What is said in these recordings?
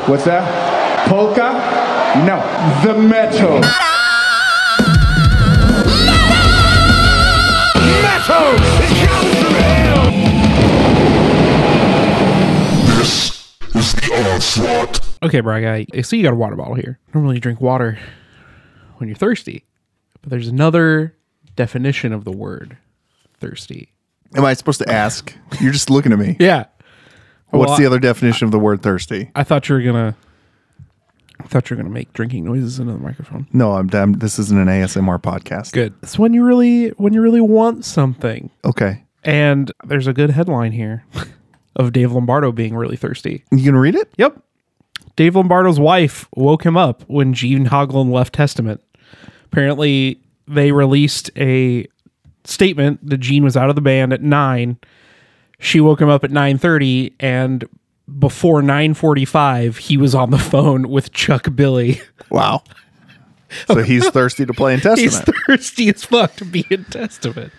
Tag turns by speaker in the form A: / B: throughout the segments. A: What's that? Polka? No. The metal.
B: Metal! It comes from hell!
C: This is the onslaught.
D: Okay, Bry Guy, I see you got a water bottle here. Normally you drink water when you're thirsty, but there's another definition of the word thirsty.
E: Am I supposed to ask? You're just looking at me.
D: Yeah.
E: What's
D: Well,
E: the other definition of the word thirsty?
D: I thought you were gonna I thought you were gonna make drinking noises into the microphone.
E: No, I'm, i This isn't an ASMR podcast.
D: Good. It's when you really when you really want something.
E: Okay.
D: And there's a good headline here of Dave Lombardo being really thirsty.
E: You can read it?
D: Yep. Dave Lombardo's wife woke him up when Gene Hoglan left testament. Apparently, they released a statement that Gene was out of the band at 9. She woke him up at 9:30 and before 9:45 he was on the phone with Chuck Billy.
E: Wow. So he's thirsty to play in Testament.
D: He's thirsty as fuck to be in testament.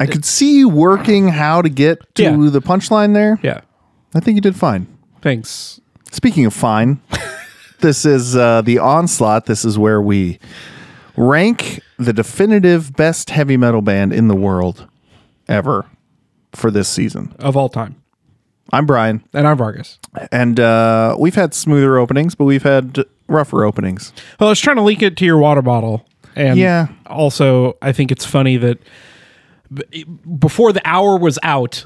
E: I could see you working how to get to
D: Yeah.
E: the punchline there.
D: Yeah.
E: I think you did fine.
D: Thanks.
E: Speaking of fine, this is uh, the onslaught. This is where we rank the definitive best heavy metal band in the world ever for this season.
D: Of all time.
E: I'm Brian,
D: And I'm Vargas.
E: and uh, we've had smoother openings, but we've had rougher openings.
D: Well, I was trying to link it to your water bottle. And
E: Yeah.
D: also, I think it's funny that b- e, before the hour was out,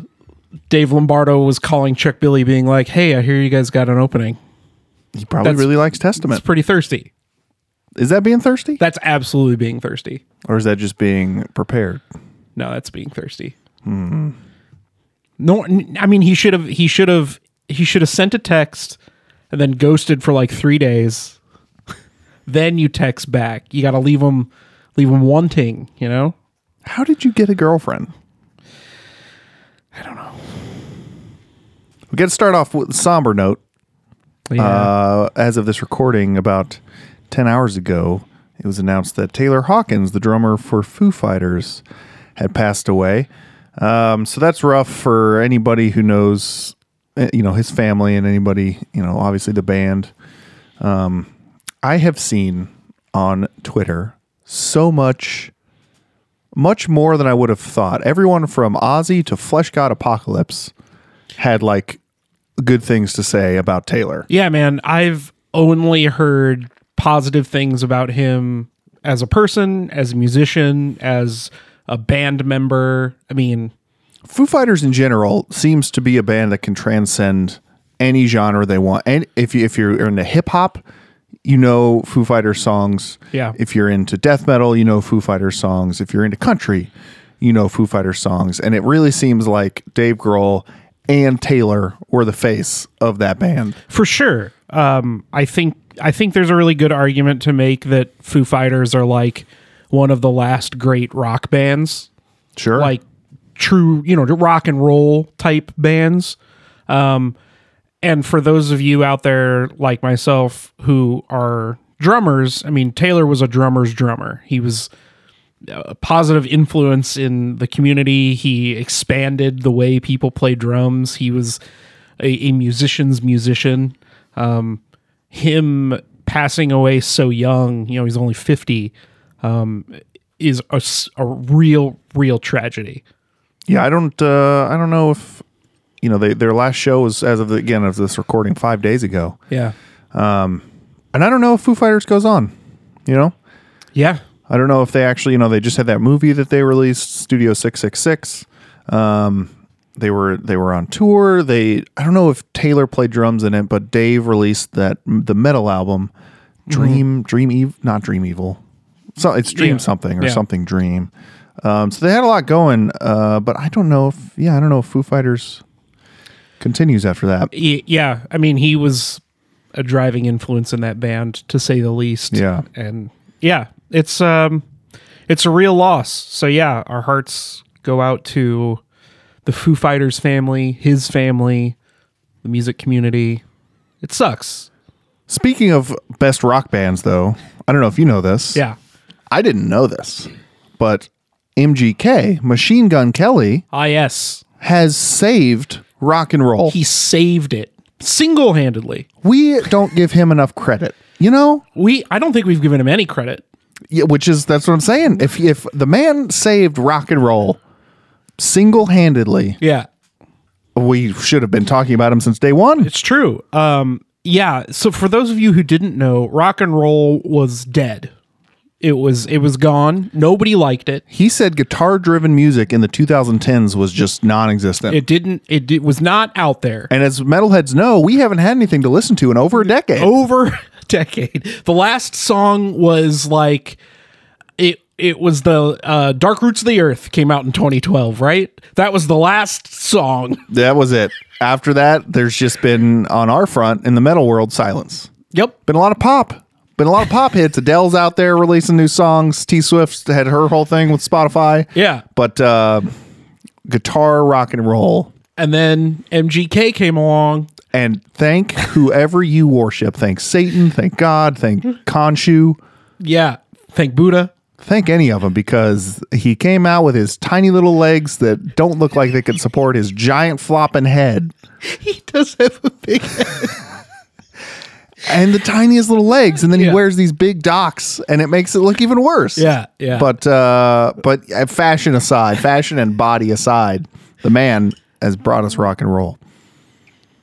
D: Dave Lombardo was calling Chuck Billy, being like, Hey, I hear you guys got an opening.
E: He probably
D: That's-
E: really likes
D: It's
E: Testament.
D: pretty thirsty.
E: Is that being thirsty,
D: That's absolutely being thirsty.
E: or is that just being prepared?
D: No, that's being thirsty. No, n- I mean he should have. He should have. He should have sent a text and then ghosted for like three days. then you text back. You got to leave him, leave him wanting. You know.
E: How did you get a girlfriend? I don't know. We got to start off with a somber note.
D: Yeah.
E: Uh, as of this recording, about 10 hours ago, it was announced that Taylor Hawkins, the drummer for Foo Fighters, had passed away. Um, so that's rough for anybody who knows, eh, you know, his family and anybody, you know, obviously the band. Um, I have seen on Twitter so much, much more than I would have thought. Everyone from Ozzy to Flesh God Apocalypse had like good things to say about Taylor.
D: Yeah, man, I've only heard positive things about him as a person, as a musician, as a band member. I mean,
E: Foo Fighters in general seems to be a band that can transcend any genre they want. And if you, if you're into hip hop, you know Foo Fighters songs.
D: Yeah.
E: If you're into death metal, you know Foo Fighters songs. If you're into country, you know Foo Fighters songs. And it really seems like Dave Grohl and Taylor were the face of that band.
D: for sure. Um, I think I think there's a really good argument to make that Foo Fighters are like one of the last great rock bands,
E: Sure.
D: like true, you know, rock and roll type bands. Um, and for those of you out there like myself who are drummers, I mean, Taylor was a drummer's drummer. He was a positive influence in the community. He expanded the way people play drums. He was a, a musician's musician. Um, him passing away so young, you know, he's only 50, um, is a, s- a real, real tragedy.
E: Yeah, I don't. Uh, I don't know if you know they, their last show was as of the, again of this recording five days ago,
D: Yeah.
E: and I don't know if Foo Fighters goes on. You know,
D: Yeah.
E: I don't know if they actually. You know, they just had that movie that they released, Studio Six Six Six. Um, They were they were on tour. They I don't know if Taylor played drums in it, but Dave released that the metal album, Dream Dream Evil, not Dream Evil. So it's Dream
D: Mm-hmm. Yeah.
E: something or
D: Yeah.
E: something Dream. Um, so they had a lot going, uh, but I don't know if yeah I don't know if Foo Fighters continues after that.
D: Y- yeah i mean he was a driving influence in that band to say the least
E: Yeah.
D: and yeah it's um it's a real loss so yeah our hearts go out to the foo fighters family his family the music community it sucks
E: Speaking of best rock bands, though, I don't know if you know this.
D: yeah
E: I didn't know this, but MGK Machine Gun Kelly
D: ah yes
E: has saved rock and roll.
D: he saved it single handedly.
E: We don't give him enough credit. You know,
D: We I don't think we've given him any credit.
E: Yeah, which is that's what I'm saying. If if the man saved rock and roll single handedly,
D: Yeah,
E: we should have been talking about him since day one.
D: it's true. Um, yeah. So for those of you who didn't know, rock and roll was dead. It was it was gone. Nobody liked it.
E: He said guitar driven music in the 2010s was just non existent.
D: It didn't. It, it was not out there.
E: and as metalheads know, we haven't had anything to listen to in over a decade.
D: over a decade. The last song was like it it was the uh, Dark Roots of the Earth came out in 2012, right? That was the last song.
E: That was it. After that, there's just been on our front in the metal world silence.
D: Yep.
E: Been a lot of pop. Been a lot of pop hits. Adele's out there releasing new songs. T Swift had her whole thing with Spotify.
D: Yeah.
E: But uh, guitar, rock and roll,
D: And then MGK came along.
E: and thank whoever you worship. Thank Satan, thank God, thank Khonshu,
D: Yeah. Thank Buddha.
E: thank any of them because he came out with his tiny little legs that don't look like they could support his giant flopping head
D: He does have a big
E: and the tiniest little legs, and then he
D: Yeah.
E: wears these big docks, and it makes it look even worse.
D: Yeah, yeah.
E: But uh, but uh, fashion aside, fashion and body aside, the man has brought us rock and roll.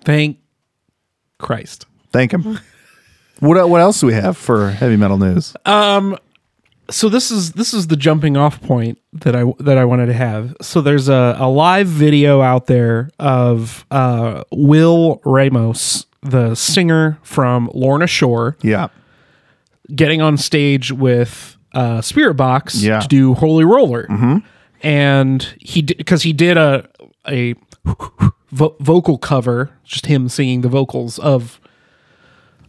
D: Thank Christ.
E: Thank him. What, what else do we have for heavy metal news?
D: so this is this is the jumping off point that I that I wanted to have. So there's a, a live video out there of uh, Will Ramos, the singer from Lorna Shore,
E: yeah.
D: getting on stage with uh, Spirit Box
E: Yeah.
D: to do Holy Roller, and he because he did a a vo- vocal cover, just him singing the vocals of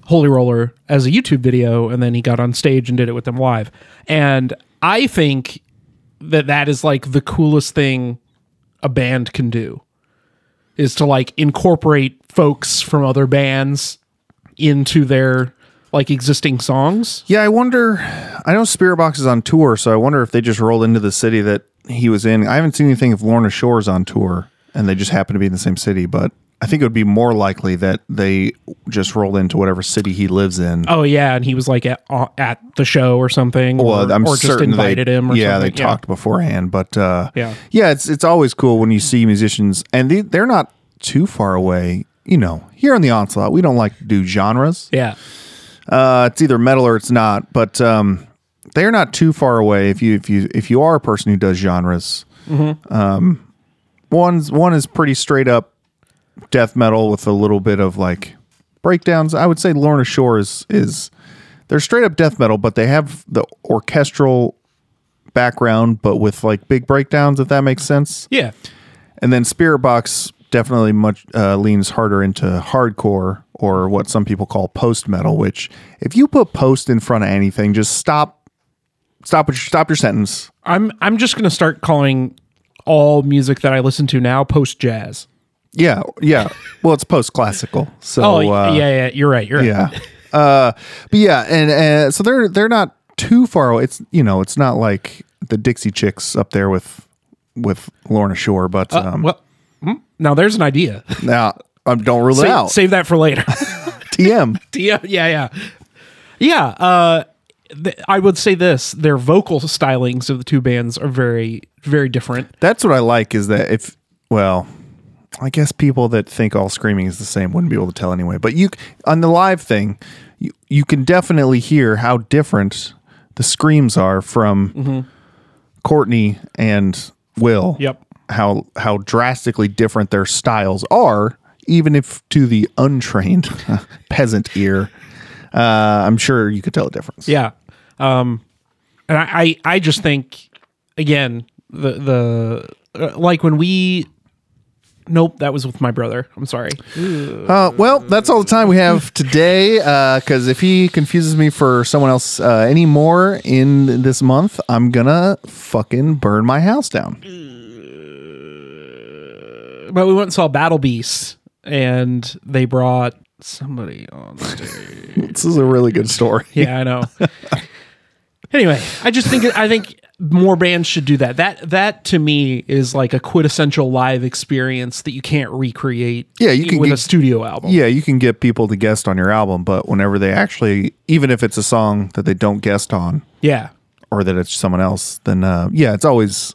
D: Holy Roller as a YouTube video, and then he got on stage and did it with them live. And I think that that is like the coolest thing a band can do is to like incorporate folks from other bands into their like existing songs.
E: Yeah, I wonder. I know Spirit Box is on tour, so I wonder if they just rolled into the city that he was in. I haven't seen anything if Lorna Shore's on tour and they just happen to be in the same city, but I think it would be more likely that they just rolled into whatever city he lives in.
D: Oh yeah, and he was like at uh, at the show or something,
E: well,
D: or,
E: I'm
D: or just
E: certain
D: invited
E: they,
D: him. Or
E: yeah,
D: something.
E: they talked beforehand, but uh,
D: Yeah.
E: yeah, it's it's always cool when you see musicians and they, they're not too far away. You know, here on the onslaught, we don't like to do genres.
D: Yeah,
E: Uh, it's either metal or it's not, but um, they're not too far away. If you if you if you are a person who does genres, um, one's one is pretty straight up death metal with a little bit of like breakdowns. I would say Lorna Shore is is they're straight up death metal, but they have the orchestral background, but with like big breakdowns. If that makes sense.
D: yeah,
E: And then Spirit Box definitely much uh, leans harder into hardcore or what some people call post metal. Which, if you put post in front of anything, just stop, stop, what you- stop your sentence.
D: I'm I'm just gonna start calling all music that I listen to now post jazz.
E: Yeah, yeah. Well, it's post classical, so
D: Oh
E: uh,
D: yeah, yeah, you're right. You're right.
E: yeah. Uh, but yeah, and uh, so they're they're not too far away. It's you know, it's not like the Dixie Chicks up there with with Lorna Shore, but um,
D: Well, mm, now there's an idea.
E: now um, don't rule it
D: Save,
E: out.
D: save that for later.
E: TM.
D: yeah, yeah, yeah, yeah. Uh, th- I would say this: their vocal stylings of the two bands are very, very different.
E: That's what I like is that if well, I guess people that think all screaming is the same wouldn't be able to tell anyway. But you on the live thing, you you can definitely hear how different the screams are from Courtney and Will.
D: Yep.
E: How how drastically different their styles are, even if to the untrained peasant ear. Uh, I'm sure you could tell a difference.
D: Yeah. Um, and I, I, I just think again the the uh, like when we. Nope, that was with my brother. I'm sorry.
E: Uh, well, that's all the time we have today. Because if he confuses me for someone else uh, anymore in this month, I'm gonna fucking burn my house down.
D: But we went and saw Battle Beasts, and they brought somebody on.
E: This is a really good story.
D: Yeah, I know. anyway, I just think I think more bands should do that. That that to me is like a quintessential live experience that you can't recreate.
E: Yeah, you can
D: with
E: get-
D: a studio album.
E: Yeah, you can get people to guest on your album, but whenever they actually, even if it's a song that they don't guest on
D: yeah.
E: or that it's someone else, then uh, yeah, it's always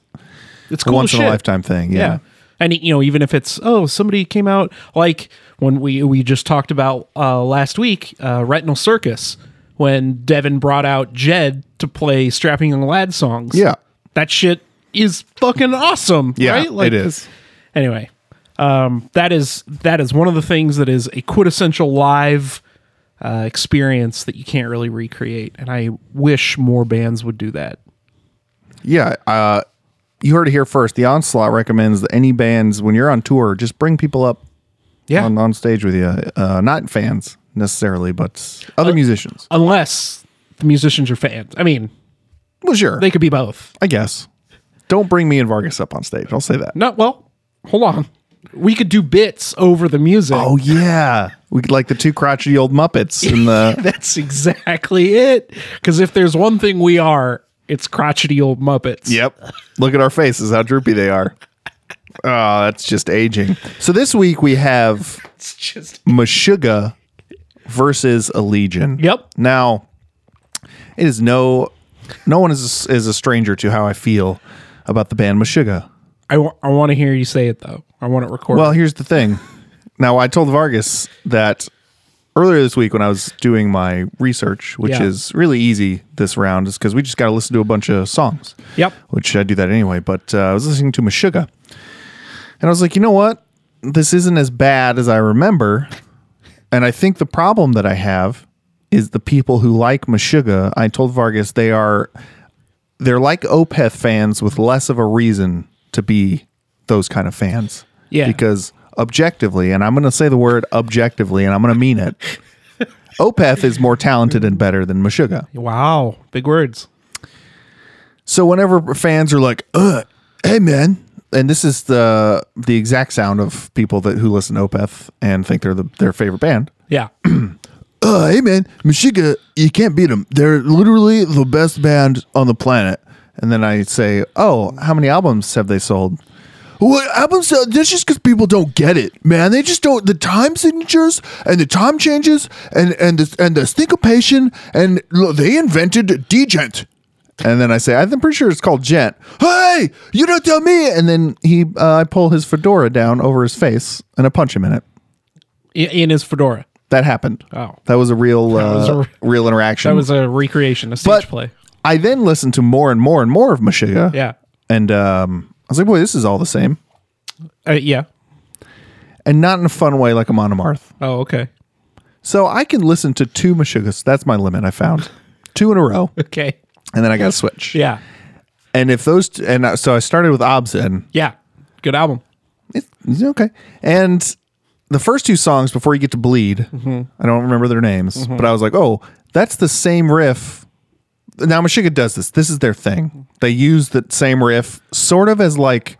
D: It's
E: a
D: cool.
E: once
D: as
E: in a
D: shit.
E: lifetime thing. Yeah.
D: Yeah. And you know, even if it's oh, somebody came out like when we we just talked about uh, last week, uh, Retinal Circus, when Devin brought out Jed to play Strapping Young Lad songs.
E: Yeah.
D: that shit is fucking awesome.
E: Yeah,
D: right?
E: it is.
D: Anyway, um, that is that is one of the things that is a quintessential live uh, experience that you can't really recreate, and I wish more bands would do that.
E: Yeah. Uh, you heard it here first. The Onslaught recommends that any bands, when you're on tour, just bring people up
D: Yeah,
E: on, on stage with you. Uh, not fans necessarily, but other musicians.
D: unless the musicians are fans. I mean,
E: Well, sure.
D: they could be both.
E: I guess. Don't bring me and Vargas up on stage. I'll say that.
D: No, well, hold on. We could do bits over the music.
E: Oh, yeah. We could like the two crotchety old Muppets in the.
D: That's exactly it. Because if there's one thing we are, it's crotchety old Muppets.
E: Yep. Look at our faces, how droopy they are. Oh, that's just aging. So this week we have
D: It's just
E: Meshuggah versus a Legion.
D: Yep.
E: Now, it is no, no one is is a stranger to how I feel about the band Meshuggah.
D: I, w- I want to hear you say it though. I want it recorded.
E: Well, here's the thing. Now, I told Vargas that earlier this week when I was doing my research, which
D: Yeah.
E: is really easy this round, is because we just got to listen to a bunch of songs.
D: Yep.
E: Which I do that anyway. But uh, I was listening to Meshuggah, and I was like, you know what? This isn't as bad as I remember. And I think the problem that I have is the people who like Meshuggah. I told Vargas they are they're like Opeth fans with less of a reason to be those kind of fans.
D: Yeah.
E: Because objectively, and I'm going to say the word objectively, and I'm going to mean it. Opeth is more talented and better than Meshuggah.
D: wow. Big words.
E: So whenever fans are like, "Uh, hey man," and this is the the exact sound of people that who listen to Opeth and think they're the, their favorite band.
D: Yeah.
E: Uh, hey man, Meshuggah, you can't beat them. They're literally the best band on the planet. And then I say, "Oh, how many albums have they sold?" What albums? uh, That's just because people don't get it, man. They just don't. The time signatures and the time changes and and the, and the syncopation and lo- they invented degent. And then I say, I'm pretty sure it's called gent. Hey, you don't tell me. And then he, uh, I pull his fedora down over his face and I punch him in it.
D: I- In his fedora.
E: That happened.
D: Oh.
E: that was a real, uh,
D: was a re-
E: real interaction.
D: That was a recreation, a stage
E: But
D: play.
E: I then listened to more and more and more of Meshuggah.
D: Yeah.
E: and um, I was like, boy, this is all the same,
D: Uh, yeah.
E: and not in a fun way like a Monomarth.
D: Oh, okay.
E: So I can listen to two Meshuggahs. That's my limit. I found two in a row,
D: Okay.
E: and then I got to switch.
D: Yeah.
E: And if those, t- and uh, so I started with Obsin.
D: Yeah. Good album.
E: It's, it's okay. And the first two songs before you get to Bleed, I don't remember their names, but I was like, oh, that's the same riff. Now Meshuggah does this. This is their thing. They use the same riff sort of as like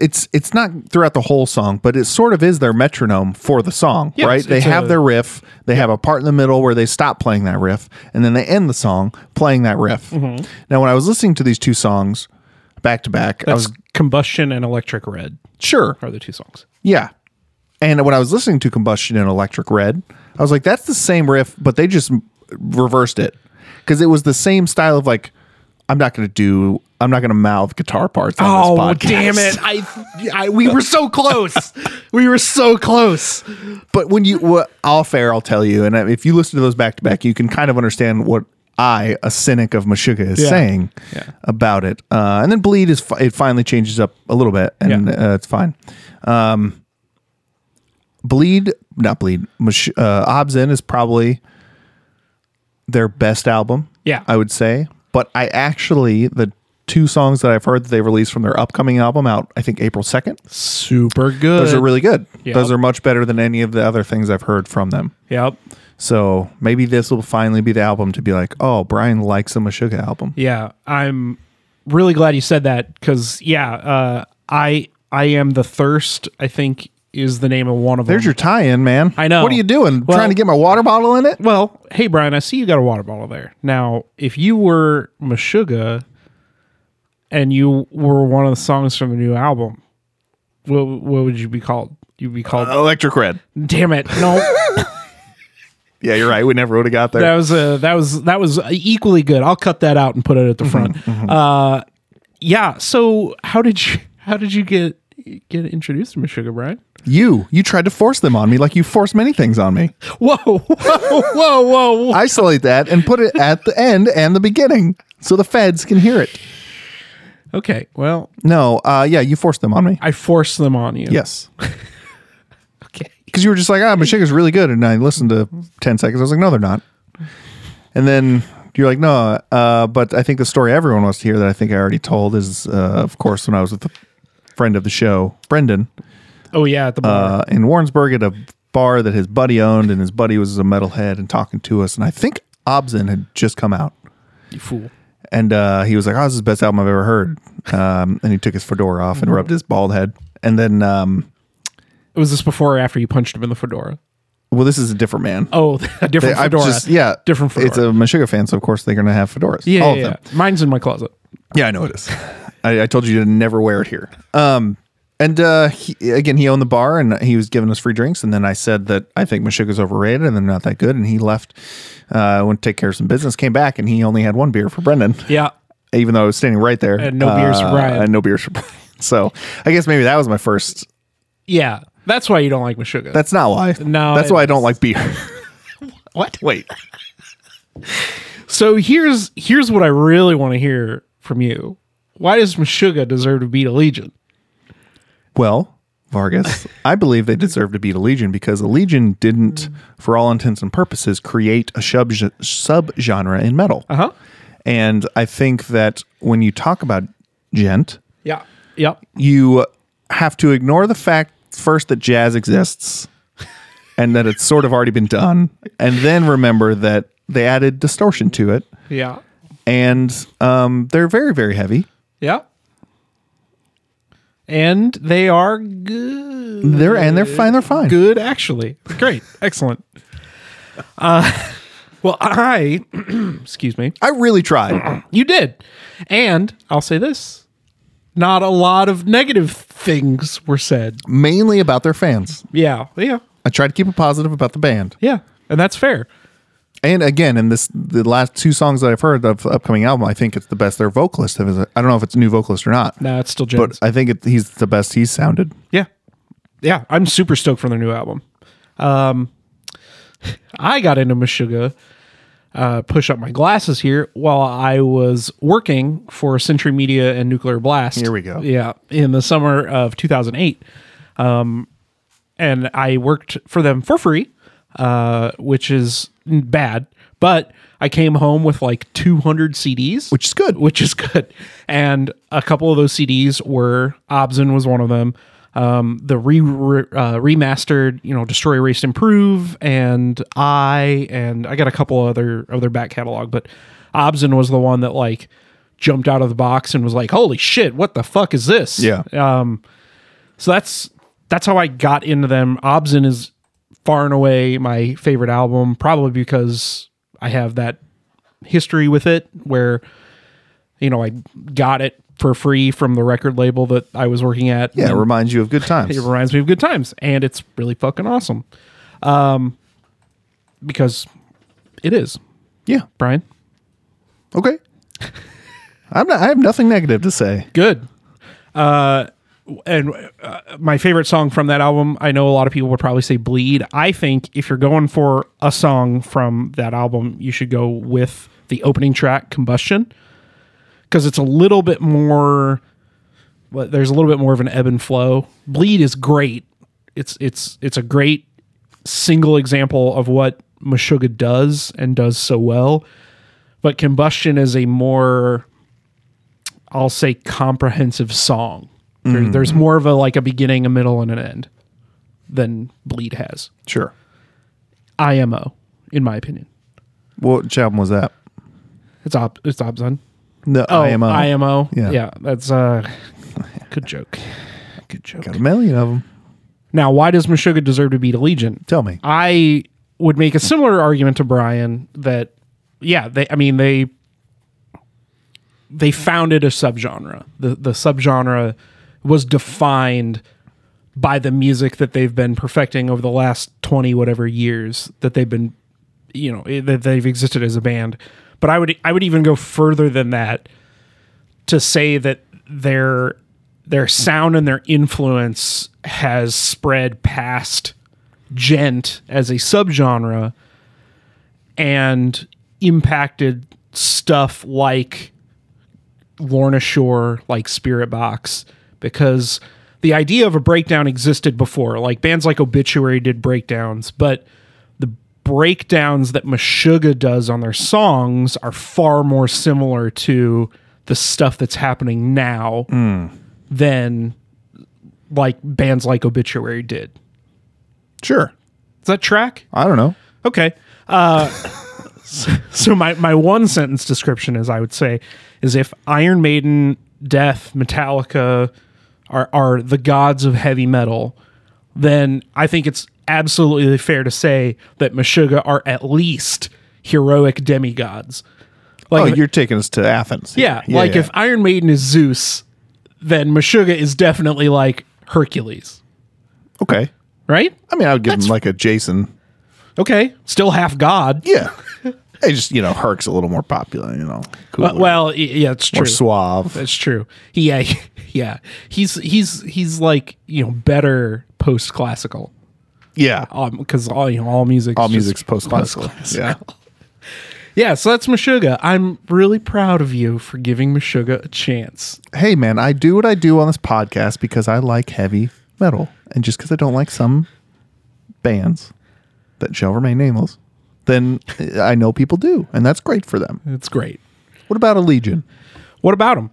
E: it's it's not throughout the whole song, but it sort of is their metronome for the song,
D: Yeah,
E: right?
D: it's-
E: They
D: it's
E: have
D: a-
E: their riff, they have a part in the middle where they stop playing that riff, and then they end the song playing that riff.
D: Mm-hmm.
E: Now, when I was listening to these two songs back to back, I
D: That's
E: was
D: Combustion and Electric Red
E: sure
D: are the two songs.
E: yeah. And when I was listening to Combustion and Electric Red, I was like, that's the same riff, but they just m- reversed it. Because it was the same style of like, I'm not going to do, I'm not going to mouth guitar parts on this
D: Oh,
E: podcast.
D: damn it. I, I, we were so close. we were so close.
E: But when you, well, off air, I'll tell you. And if you listen to those back to back, you can kind of understand what I, a cynic of Meshuggah, is
D: Yeah.
E: saying
D: Yeah.
E: about it. Uh, and then Bleed is, fi- it finally changes up a little bit and
D: Yeah.
E: uh, it's fine. Um, Bleed, not Bleed, Mesh- uh, Obs In is probably their best album.
D: Yeah.
E: I would say. But I actually, the two songs that I've heard that they released from their upcoming album out, I think April 2nd.
D: Super good.
E: Those are really good.
D: Yeah.
E: Those are much better than any of the other things I've heard from them.
D: Yep.
E: So maybe this will finally be the album to be like, oh, Brian likes a Meshuggah album.
D: Yeah, I'm really glad you said that because yeah, uh, I I am the thirst. I think is the name of one of
E: There's
D: them.
E: your tie-in, man.
D: I know.
E: What are you doing?
D: Well-
E: Trying to get my water bottle in it?
D: well, hey Brian, I see you got a water bottle there. Now, if you were Meshuga and you were one of the songs from the new album, what what would you be called? You'd be called
E: Electric Red.
D: Damn it. No.
E: Yeah, you're right. We never would have got there.
D: that was a that was that was equally good. I'll cut that out and put it at the
E: Mm-hmm,
D: front. Uh, yeah. So how did you how did you get get introduced to Meshuggah, Brian?
E: You, you tried to force them on me like you force many things on me.
D: Whoa, whoa, whoa, whoa! whoa.
E: Isolate that and put it at the end and the beginning so the feds can hear it.
D: okay, well,
E: No, uh, yeah, you forced them on me.
D: I forced them on you.
E: Yes.
D: Okay.
E: Because you were just like, ah, Mashika's really good. And I listened to 10 seconds. I was like, no, they're not. And then you're like, no, uh, but I think the story everyone wants to hear that I think I already told is, uh, of course, when I was with a friend of the show, Brendan,
D: Oh yeah, at the bar.
E: uh, in Warrensburg at a bar that his buddy owned. And his buddy was a metalhead and talking to us. And I think Obson had just come out.
D: you fool.
E: And uh, he was like, "Oh, this is the best album I've ever heard." Um, and he took his fedora off and rubbed his bald head. And then, um,
D: Was this before or after you punched him in the fedora?
E: well, this is a different man.
D: Oh, a different
E: I'm
D: fedora.
E: just- yeah,
D: different fedora.
E: It's a Meshuggah fan, so of course they're going to have fedoras.
D: yeah,
E: all
D: yeah,
E: of them.
D: yeah. Mine's in my closet.
E: Yeah, I know it is. I, I told you to never wear it here. Um, and uh, he, again, he owned the bar and he was giving us free drinks. And then I said that I think Meshuggah's overrated and they're not that good. And he left, uh, went to take care of some business, came back, and he only had one beer for Brendan.
D: Yeah.
E: even though I was standing right there.
D: And no beers for
E: Uh,
D: Brian.
E: And no beers for Brian. So I guess maybe that was my first.
D: Yeah. That's why you don't like Meshuggah.
E: That's not why.
D: No,
E: That's
D: it
E: why I don't like beer.
D: what?
E: Wait.
D: So here's here's what I really want to hear from you. Why does Meshuggah deserve to beat a Legion?
E: Well, Vargas, I believe they deserve to beat a Legion because a Legion didn't, for all intents and purposes, create a sub subgenre in metal.
D: Uh-huh.
E: And I think that when you talk about gent,
D: Yeah. Yep.
E: you have to ignore the fact first that jazz exists and that it's sort of already been done, and then remember that they added distortion to it,
D: Yeah.
E: and um, they're very, very heavy.
D: Yeah. And they are good.
E: They're and they're fine. They're fine.
D: Good, actually. Great. Excellent. Uh, well, I, excuse me.
E: I really tried.
D: You did. And I'll say this not a lot of negative things were said.
E: Mainly about their fans.
D: Yeah. Yeah.
E: I tried to keep it positive about the band.
D: Yeah. And that's fair.
E: And again, in this the last two songs that I've heard of the upcoming album, I think it's the best their vocalist has. I don't know if it's a new vocalist or not,
D: No, it's still Jens.
E: but I think it, he's the best he's sounded.
D: Yeah. Yeah. I'm super stoked for their new album. Um, I got into Meshuggah, uh, push up my glasses here, while I was working for Century Media and Nuclear Blast.
E: Here we go.
D: Yeah. In the summer of 2008. Um, and I worked for them for free, uh, which is bad, but I came home with like 200 CDs
E: Which is good.
D: which is good. And a couple of those CDs were Obson was one of them. Um, the re, re- uh, remastered, you know, Destroy, Erase, Improve, and I, and I got a couple other of their back catalog, but Obson was the one that like jumped out of the box and was like, "Holy shit, what the fuck is this?"
E: Yeah.
D: Um, so that's that's how I got into them. Obson is far and away my favorite album, probably because I have that history with it where you know, I got it for free from the record label that I was working at.
E: Yeah, it
D: And
E: reminds you of good times.
D: it reminds me of good times, and it's really fucking awesome. Um, because it is,
E: yeah.
D: Brian.
E: Okay. I'm not, I have nothing negative to say.
D: Good. Uh, and uh, my favorite song from that album, I know a lot of people would probably say "Bleed." I think if you're going for a song from that album, you should go with the opening track, "Combustion," because it's a little bit more. well, There's a little bit more of an ebb and flow. "Bleed" is great. It's it's it's a great single example of what Meshuggah does and does so well. But "Combustion" is a more I'll say comprehensive song. There- there's more of a like a beginning, a middle, and an end than Bleed has.
E: Sure.
D: IMO, in my opinion,
E: What album was that?
D: it's ob it's Obzon.
E: No,
D: Oh,
E: IMO.
D: IMO.
E: Yeah.
D: yeah, that's uh, good joke. Good joke.
E: Got a million of them.
D: Now, why does Meshuggah deserve to beat Allegiant?
E: Tell me.
D: I would make a similar argument to Brian that yeah, they I mean they they founded a subgenre. The the subgenre was defined by the music that they've been perfecting over the last 20 whatever years that they've been you know i- that they've existed as a band. But I would I would even go further than that to say that their their sound and their influence has spread past gent as a subgenre and impacted stuff like Lorna Shore, like Spirit Box, because the idea of a breakdown existed before. Like bands like Obituary did breakdowns, but the breakdowns that Meshuggah does on their songs are far more similar to the stuff that's happening now than like bands like Obituary did.
E: Sure.
D: Does that track?
E: I don't know.
D: Okay. Uh, so my, my one sentence description is I would say is if Iron Maiden, Death, Metallica are are the gods of heavy metal, then I think it's absolutely fair to say that Meshuggah are at least heroic demigods.
E: Oh,
D: Like
E: you're taking us to Athens. here.
D: yeah, like if Iron Maiden is Zeus, then Meshuggah is definitely like Hercules,
E: okay.
D: right?
E: I mean, I would give him like a Jason.
D: Okay, still half god.
E: Yeah. I just you know Herc's a little more popular. You know, cooler,
D: Well, well, y- yeah, it's true.
E: more suave.
D: That's true. Yeah, yeah. He's he's he's like you know better post classical
E: Yeah.
D: because all you know all music's
E: All
D: just
E: music's post classical. Yeah.
D: Yeah, so that's Meshuggah. I'm really proud of you for giving Meshuggah a chance.
E: Hey man, I do what I do on this podcast because I like heavy metal, and just because I don't like some bands that shall remain nameless, then I know people do, and that's great for them.
D: It's great.
E: What about a Legion?
D: What about them?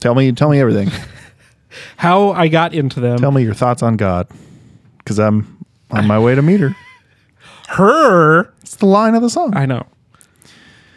E: Tell me, tell me everything.
D: How I got into them?
E: tell me your thoughts on God, because I'm on my way to meet her.
D: her.
E: It's the line of the song.
D: I know.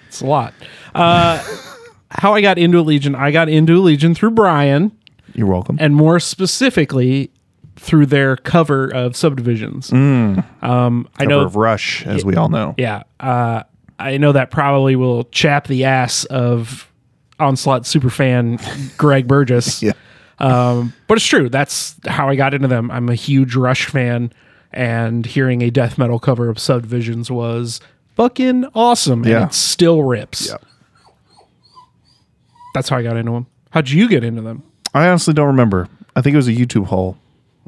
D: It's a lot. Uh, how I got into Legion? I got into Legion through Brian.
E: You're welcome.
D: and more specifically through their cover of subdivisions. Um, I
E: Mm. Cover
D: know,
E: of Rush, as we all know.
D: yeah, uh, I know that probably will chap the ass of onslaught superfan Greg Burgess.
E: Yeah.
D: Um, but it's true. That's how I got into them. I'm a huge Rush fan, and hearing a death metal cover of Subdivisions was fucking awesome. And
E: Yeah.
D: it still rips.
E: Yeah.
D: That's how I got into them. How'd you get into them?
E: I honestly don't remember. I think it was a YouTube hole.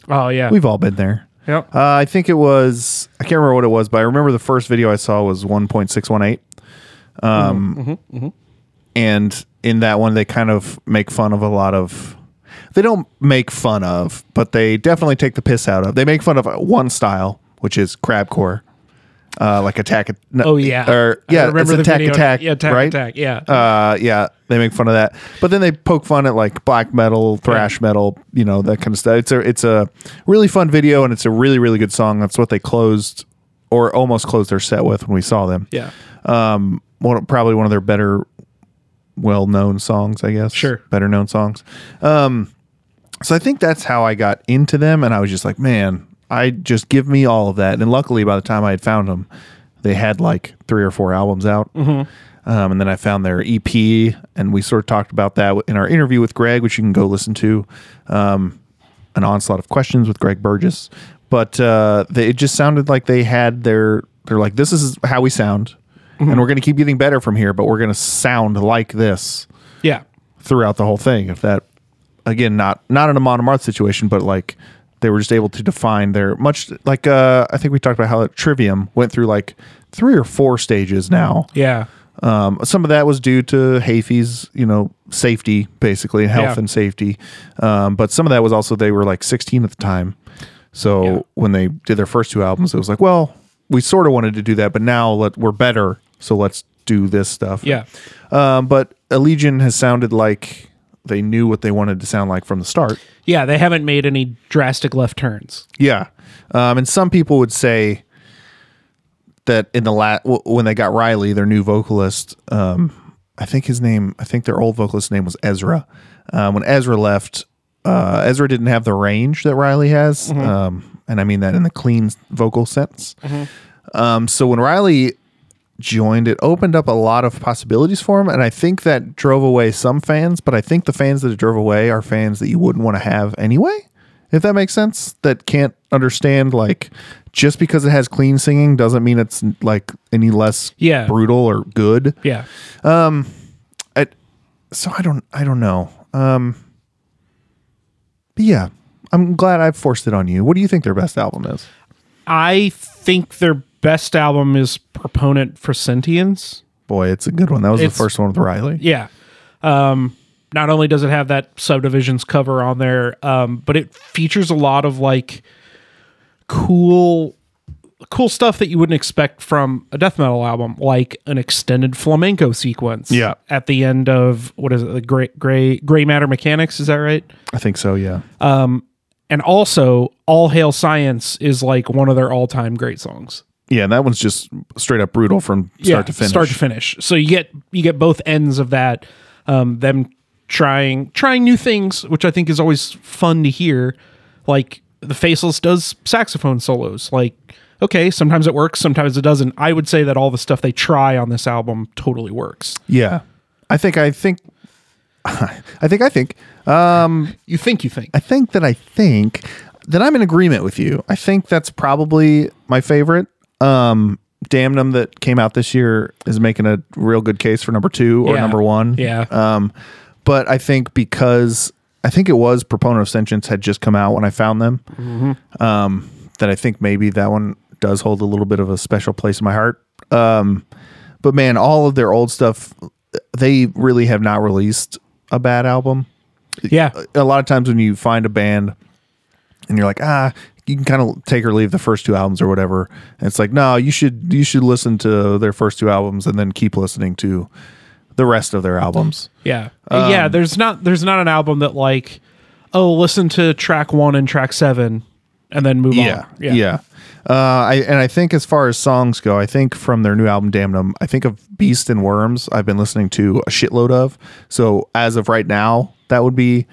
D: Oh yeah,
E: We've all been there.
D: yep.
E: Uh, I think it was. I can't remember what it was, but I remember the first video I saw was 1.618. Um,
D: Mm-hmm,
E: and in that one, they kind of make fun of a lot of. They don't make fun of, but they definitely take the piss out of. They make fun of one style, which is crabcore, uh, like attack. no,
D: Oh yeah,
E: or
D: I
E: yeah,
D: remember
E: it's
D: the
E: attack
D: video.
E: attack,
D: Yeah, attack
E: right?
D: attack. Yeah,
E: uh yeah they make fun of that but then they poke fun at like black metal thrash metal you know that kind of stuff it's a it's a really fun video and it's a really really good song that's what they closed or almost closed their set with when we saw them
D: yeah.
E: one, probably one of their better well-known songs i guess
D: Sure.
E: better known songs um so i think that's how i got into them and i was just like man i just give me all of that and luckily by the time i had found them they had like three or four albums out um, and then i found their ep and we sort of talked about that in our interview with greg which you can go listen to um an onslaught of questions with greg burgess but uh they, it just sounded like they had their they're like this is how we sound and we're going to keep getting better from here but we're going to sound like this
D: Yeah.
E: throughout the whole thing. If that, again, not not in a Monomarth situation, but like they were just able to define their much like uh, I think we talked about how Trivium went through like three or four stages now.
D: Yeah.
E: Um, some of that was due to Hafey's, you know, safety basically, health
D: Yeah.
E: and safety. Um, but some of that was also they were like 16 at the time. So
D: Yeah.
E: when they did their first two albums, it was like, well, we sort of wanted to do that, but now let, we're better, so let's do this stuff.
D: Yeah.
E: Um, but Allegiant has sounded like they knew what they wanted to sound like from the start.
D: Yeah. They haven't made any drastic left turns.
E: Yeah. Um, and some people would say that in the la- w- when they got Riley, their new vocalist, um, I think his name, I think their old vocalist's name was Ezra. Um, when Ezra left, uh, Ezra didn't have the range that Riley has. Um, and I mean that in the clean vocal sense. Um, so when Riley joined, it opened up a lot of possibilities for him, and I think that drove away some fans. But I think the fans that it drove away are fans that you wouldn't want to have anyway, if that makes sense. That can't understand like just because it has clean singing doesn't mean it's like any less
D: Yeah.
E: brutal or good.
D: Yeah.
E: I, so I don't I don't know. Um but yeah, I'm glad I forced it on you. What do you think their best album is?
D: I think their best album is Proponent for Sentience.
E: Boy, it's a good one. That was
D: It's-
E: the first one with Riley.
D: Yeah. Um, not only does it have that subdivisions cover on there, um, but it features a lot of like cool, cool stuff that you wouldn't expect from a death metal album, like an extended flamenco sequence.
E: Yeah.
D: At the end of what is it? The gray, gray, gray matter mechanics. Is that right?
E: I think so, yeah.
D: And also, All Hail Science is like one of their all-time great songs.
E: Yeah, that one's just straight up brutal from start to finish.
D: Start to finish. So you get you get both ends of that. Um, them trying trying new things, which I think is always fun to hear. Like the Faceless does saxophone solos. Like okay, sometimes it works, sometimes it doesn't. I would say that all the stuff they try on this album totally works.
E: yeah. I think I think I think I think
D: You think you think?
E: I think that I think that I'm in agreement with you. I think that's probably my favorite. Um Damnum that came out this year is making a real good case for number two or
D: Yeah.
E: number one.
D: Yeah.
E: Um, but I think because I think it was Proponent of Sentience had just come out when I found them,
D: Mm-hmm.
E: um, that I think maybe that one does hold a little bit of a special place in my heart. Um, but man, all of their old stuff, they really have not released a bad album
D: yeah.
E: a lot of times when you find a band and you're like ah you can kind of take or leave the first two albums or whatever and it's like no you should you should listen to their first two albums and then keep listening to the rest of their albums
D: Yeah.
E: Um,
D: yeah, there's not there's not an album that like oh, listen to track 1 and track 7 and then move on.
E: yeah yeah uh, I, and i think as far as songs go i think from their new album damnum i think of beast and worms i've been listening to a shitload of so as of right now that would be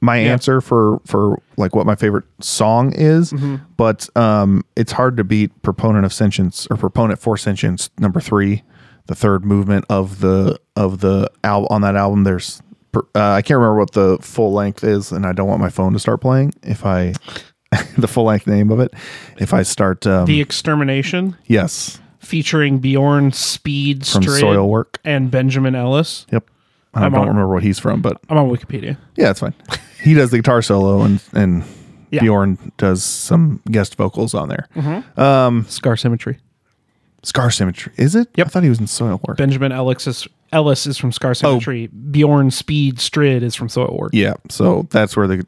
E: my answer for for like what my favorite song is
D: Mm-hmm.
E: but um it's hard to beat proponent of sentience or proponent for sentience number three the third movement of the of the album on that album there's per- uh, i can't remember what the full length is and i don't want my phone to start playing if i the full length name of it if i start um
D: The Extermination
E: yes
D: featuring Bjorn Speed
E: from
D: Strid,
E: soil work
D: and Benjamin Ellis.
E: yep i
D: I'm
E: don't
D: on-
E: remember what he's from but
D: I'm on Wikipedia.
E: Yeah, it's fine. He does the guitar solo and and
D: Yeah. Mm-hmm.
E: Bjorn does some guest vocals on there.
D: Scar Symmetry.
E: Scar Symmetry, is it?
D: Yep.
E: I thought he was in Soil Work.
D: Benjamin Ellis is Ellis is from
E: Oh.
D: Scar Symmetry. Bjorn Speed Strid is from Soil Work.
E: yeah, so that's where the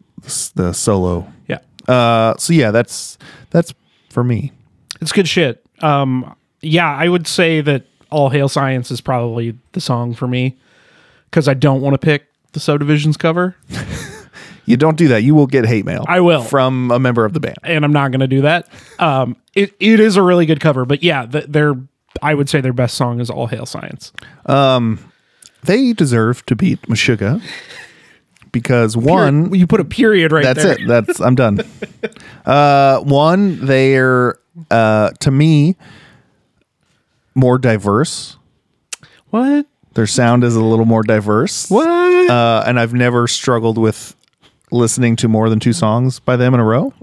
E: the solo.
D: Yeah.
E: Uh, so yeah, that's that's for me.
D: It's good shit. Um yeah, I would say that All Hail Science is probably the song for me cuz I don't want to pick the Subdivisions cover
E: You don't do that. You will get hate mail.
D: I will.
E: from a member of the band.
D: and I'm not going to do that. Um it, it is a really good cover, but yeah, th their I would say their best song is All Hail Science.
E: They deserve to beat Meshuggah because one,
D: you put a period right
E: That's
D: there.
E: it. That's I'm done. uh, one, they're uh, to me more diverse.
D: What?
E: Their sound is a little more diverse.
D: What?
E: Uh, and I've never struggled with listening to more than two songs by them in a row.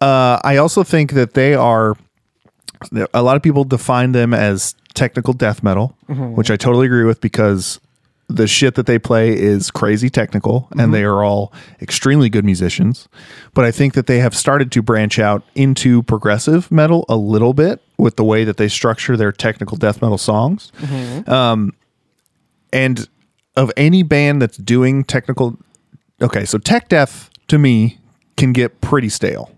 E: Uh, I also think that they are. A lot of people define them as technical death metal, which I totally agree with because the shit that they play is crazy technical and they are all extremely good musicians. But I think that they have started to branch out into progressive metal a little bit with the way that they structure their technical death metal songs. Um, and of any band that's doing technical, okay, so tech death to me can get pretty stale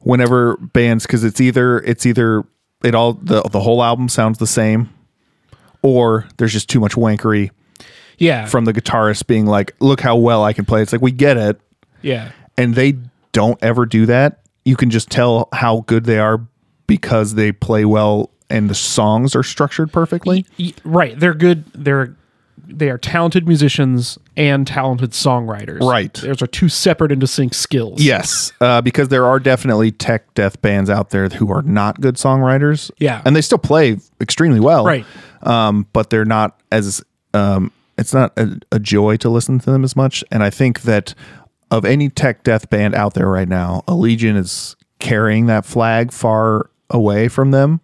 E: whenever bands because it's either it's either it all the the whole album sounds the same or there's just too much wankery
D: Yeah.
E: from the guitarist being like, "Look how well I can play." It's like we get it,
D: yeah.
E: and they don't ever do that. You can just tell how good they are because they play well and the songs are structured perfectly.
D: Y- right they're good they're they are talented musicians and talented songwriters.
E: Right.
D: Those are two separate and distinct skills.
E: Yes, uh, because there are definitely tech death bands out there who are not good songwriters.
D: Yeah.
E: and they still play extremely well.
D: Right.
E: um, but they're not as um, it's not a, a joy to listen to them as much. And I think that of any tech death band out there right now, Allegiant is carrying that flag far away from them,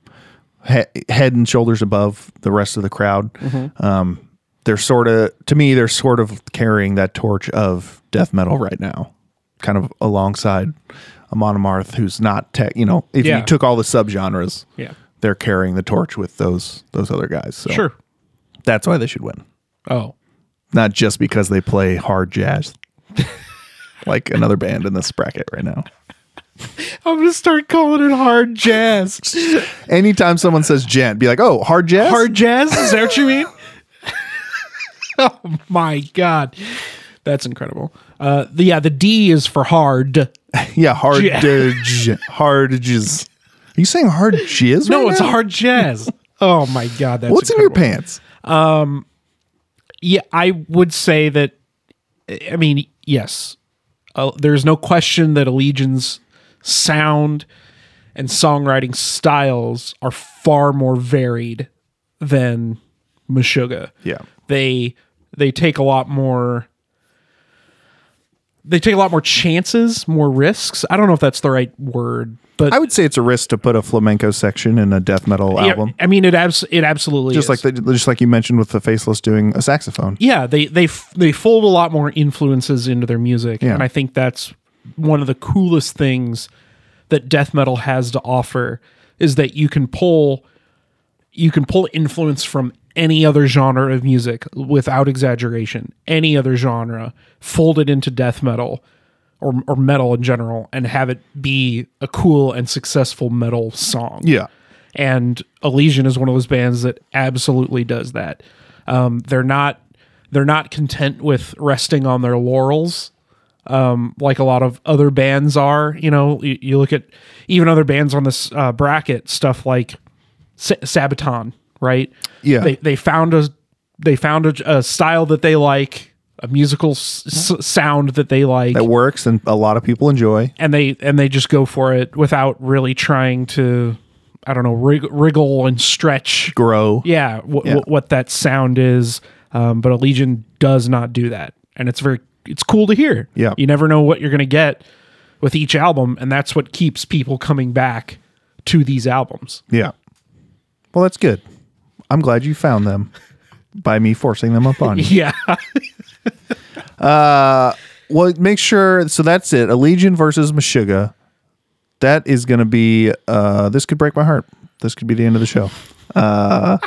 E: he- head and shoulders above the rest of the crowd.
D: Mm-hmm.
E: Um, they're sort of to me they're sort of carrying that torch of death metal right now kind of alongside a monomarth who's not tech you know if
D: Yeah.
E: you took all the subgenres
D: Yeah.
E: they're carrying the torch with those those other guys so
D: Sure.
E: that's why they should win
D: Oh.
E: not just because they play hard jazz like another band in this bracket right now
D: I'm gonna start calling it hard jazz.
E: anytime someone says gent be like oh hard jazz
D: hard jazz? Is that what you mean? oh my god, that's incredible. Uh, the, yeah, the D is for hard.
E: yeah hard
D: Jazz.
E: jazz hard jazz are you saying hard jizz
D: No,
E: right
D: it's
E: now?
D: hard jazz. oh my god, that's
E: what's in your
D: incredible.
E: pants
D: yeah, I would say that. I mean, yes, uh, there's no question that Allegion's sound and songwriting styles are far more varied than Meshuggah.
E: Yeah.
D: they they take a lot more. They take a lot more chances, more risks. I don't know if that's the right word, but
E: I would say it's a risk to put a flamenco section in a death metal
D: Yeah,
E: album,
D: I mean, it abs- it absolutely
E: just
D: is.
E: like the, just like you mentioned with the faceless doing a saxophone.
D: yeah they they f- they fold a lot more influences into their music
E: Yeah.
D: and i think that's one of the coolest things that death metal has to offer is that you can pull you can pull influence from any other genre of music without exaggeration any other genre fold it into death metal or, or metal in general and have it be a cool and successful metal song
E: Yeah.
D: and Elysian is one of those bands that absolutely does that. Um, they're not they're not content with resting on their laurels, um, like a lot of other bands are. You know, you, you look at even other bands on this uh, bracket, stuff like Sa- Sabaton, right?
E: Yeah.
D: they they found a they found a, a style that they like, a musical s- s- sound that they like,
E: That works and a lot of people enjoy.
D: and they and they just go for it without really trying to i don't know wrig- wriggle and stretch
E: Grow.
D: yeah, wh-
E: Yeah.
D: wh- what that sound is um, but a legion does not do that and it's very it's cool to hear
E: Yeah.
D: you never know what you're going to get with each album and that's what keeps people coming back to these albums
E: Yeah. Well, that's good. I'm glad you found them by me forcing them upon you.
D: yeah
E: Well, make sure. So that's it. Allegiant versus Meshuggah. That is going to be. Uh, this could break my heart. This could be the end of the show. Uh,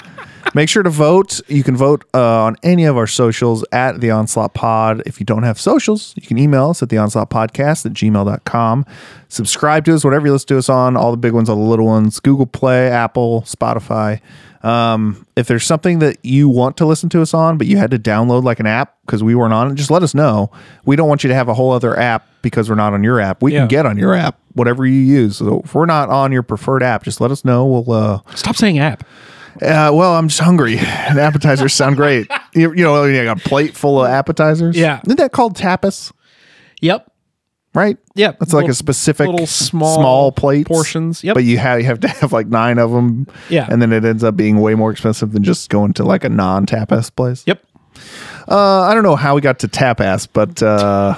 E: make sure to vote. You can vote uh, on any of our socials at the Onslaught Pod. If you don't have socials, you can email us at the Onslaught Podcast at gmail.com. Subscribe to us, whatever you listen to us on, all the big ones, all the little ones, Google Play, Apple, Spotify. Um, if there's something that you want to listen to us on, but you had to download like an app because we weren't on it, just let us know. We don't want you to have a whole other app because we're not on your app. We
D: Yeah.
E: can get on your app, whatever you use. So if we're not on your preferred app, just let us know. We'll, uh,
D: stop saying app
E: uh well, I'm just hungry. and appetizers sound great. You, you know, you got a plate full of appetizers.
D: Yeah.
E: Isn't that called tapas?
D: yep
E: Right?
D: Yep.
E: That's like
D: Little-
E: a specific
D: little small
E: plates.
D: portions. Yep.
E: But you have you have to have like nine of them.
D: Yeah.
E: And then it ends up being way more expensive than just going to like a non tapas place.
D: yep
E: Uh, I don't know how we got to tapas, but uh,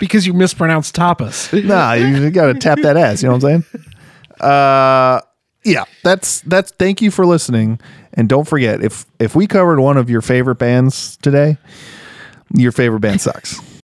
D: because you mispronounced tapas
E: nah, you got to tap that ass. You know what I'm saying? Uh, yeah, that's that's. Thank you for listening, and don't forget if if we covered one of your favorite bands today, your favorite band sucks.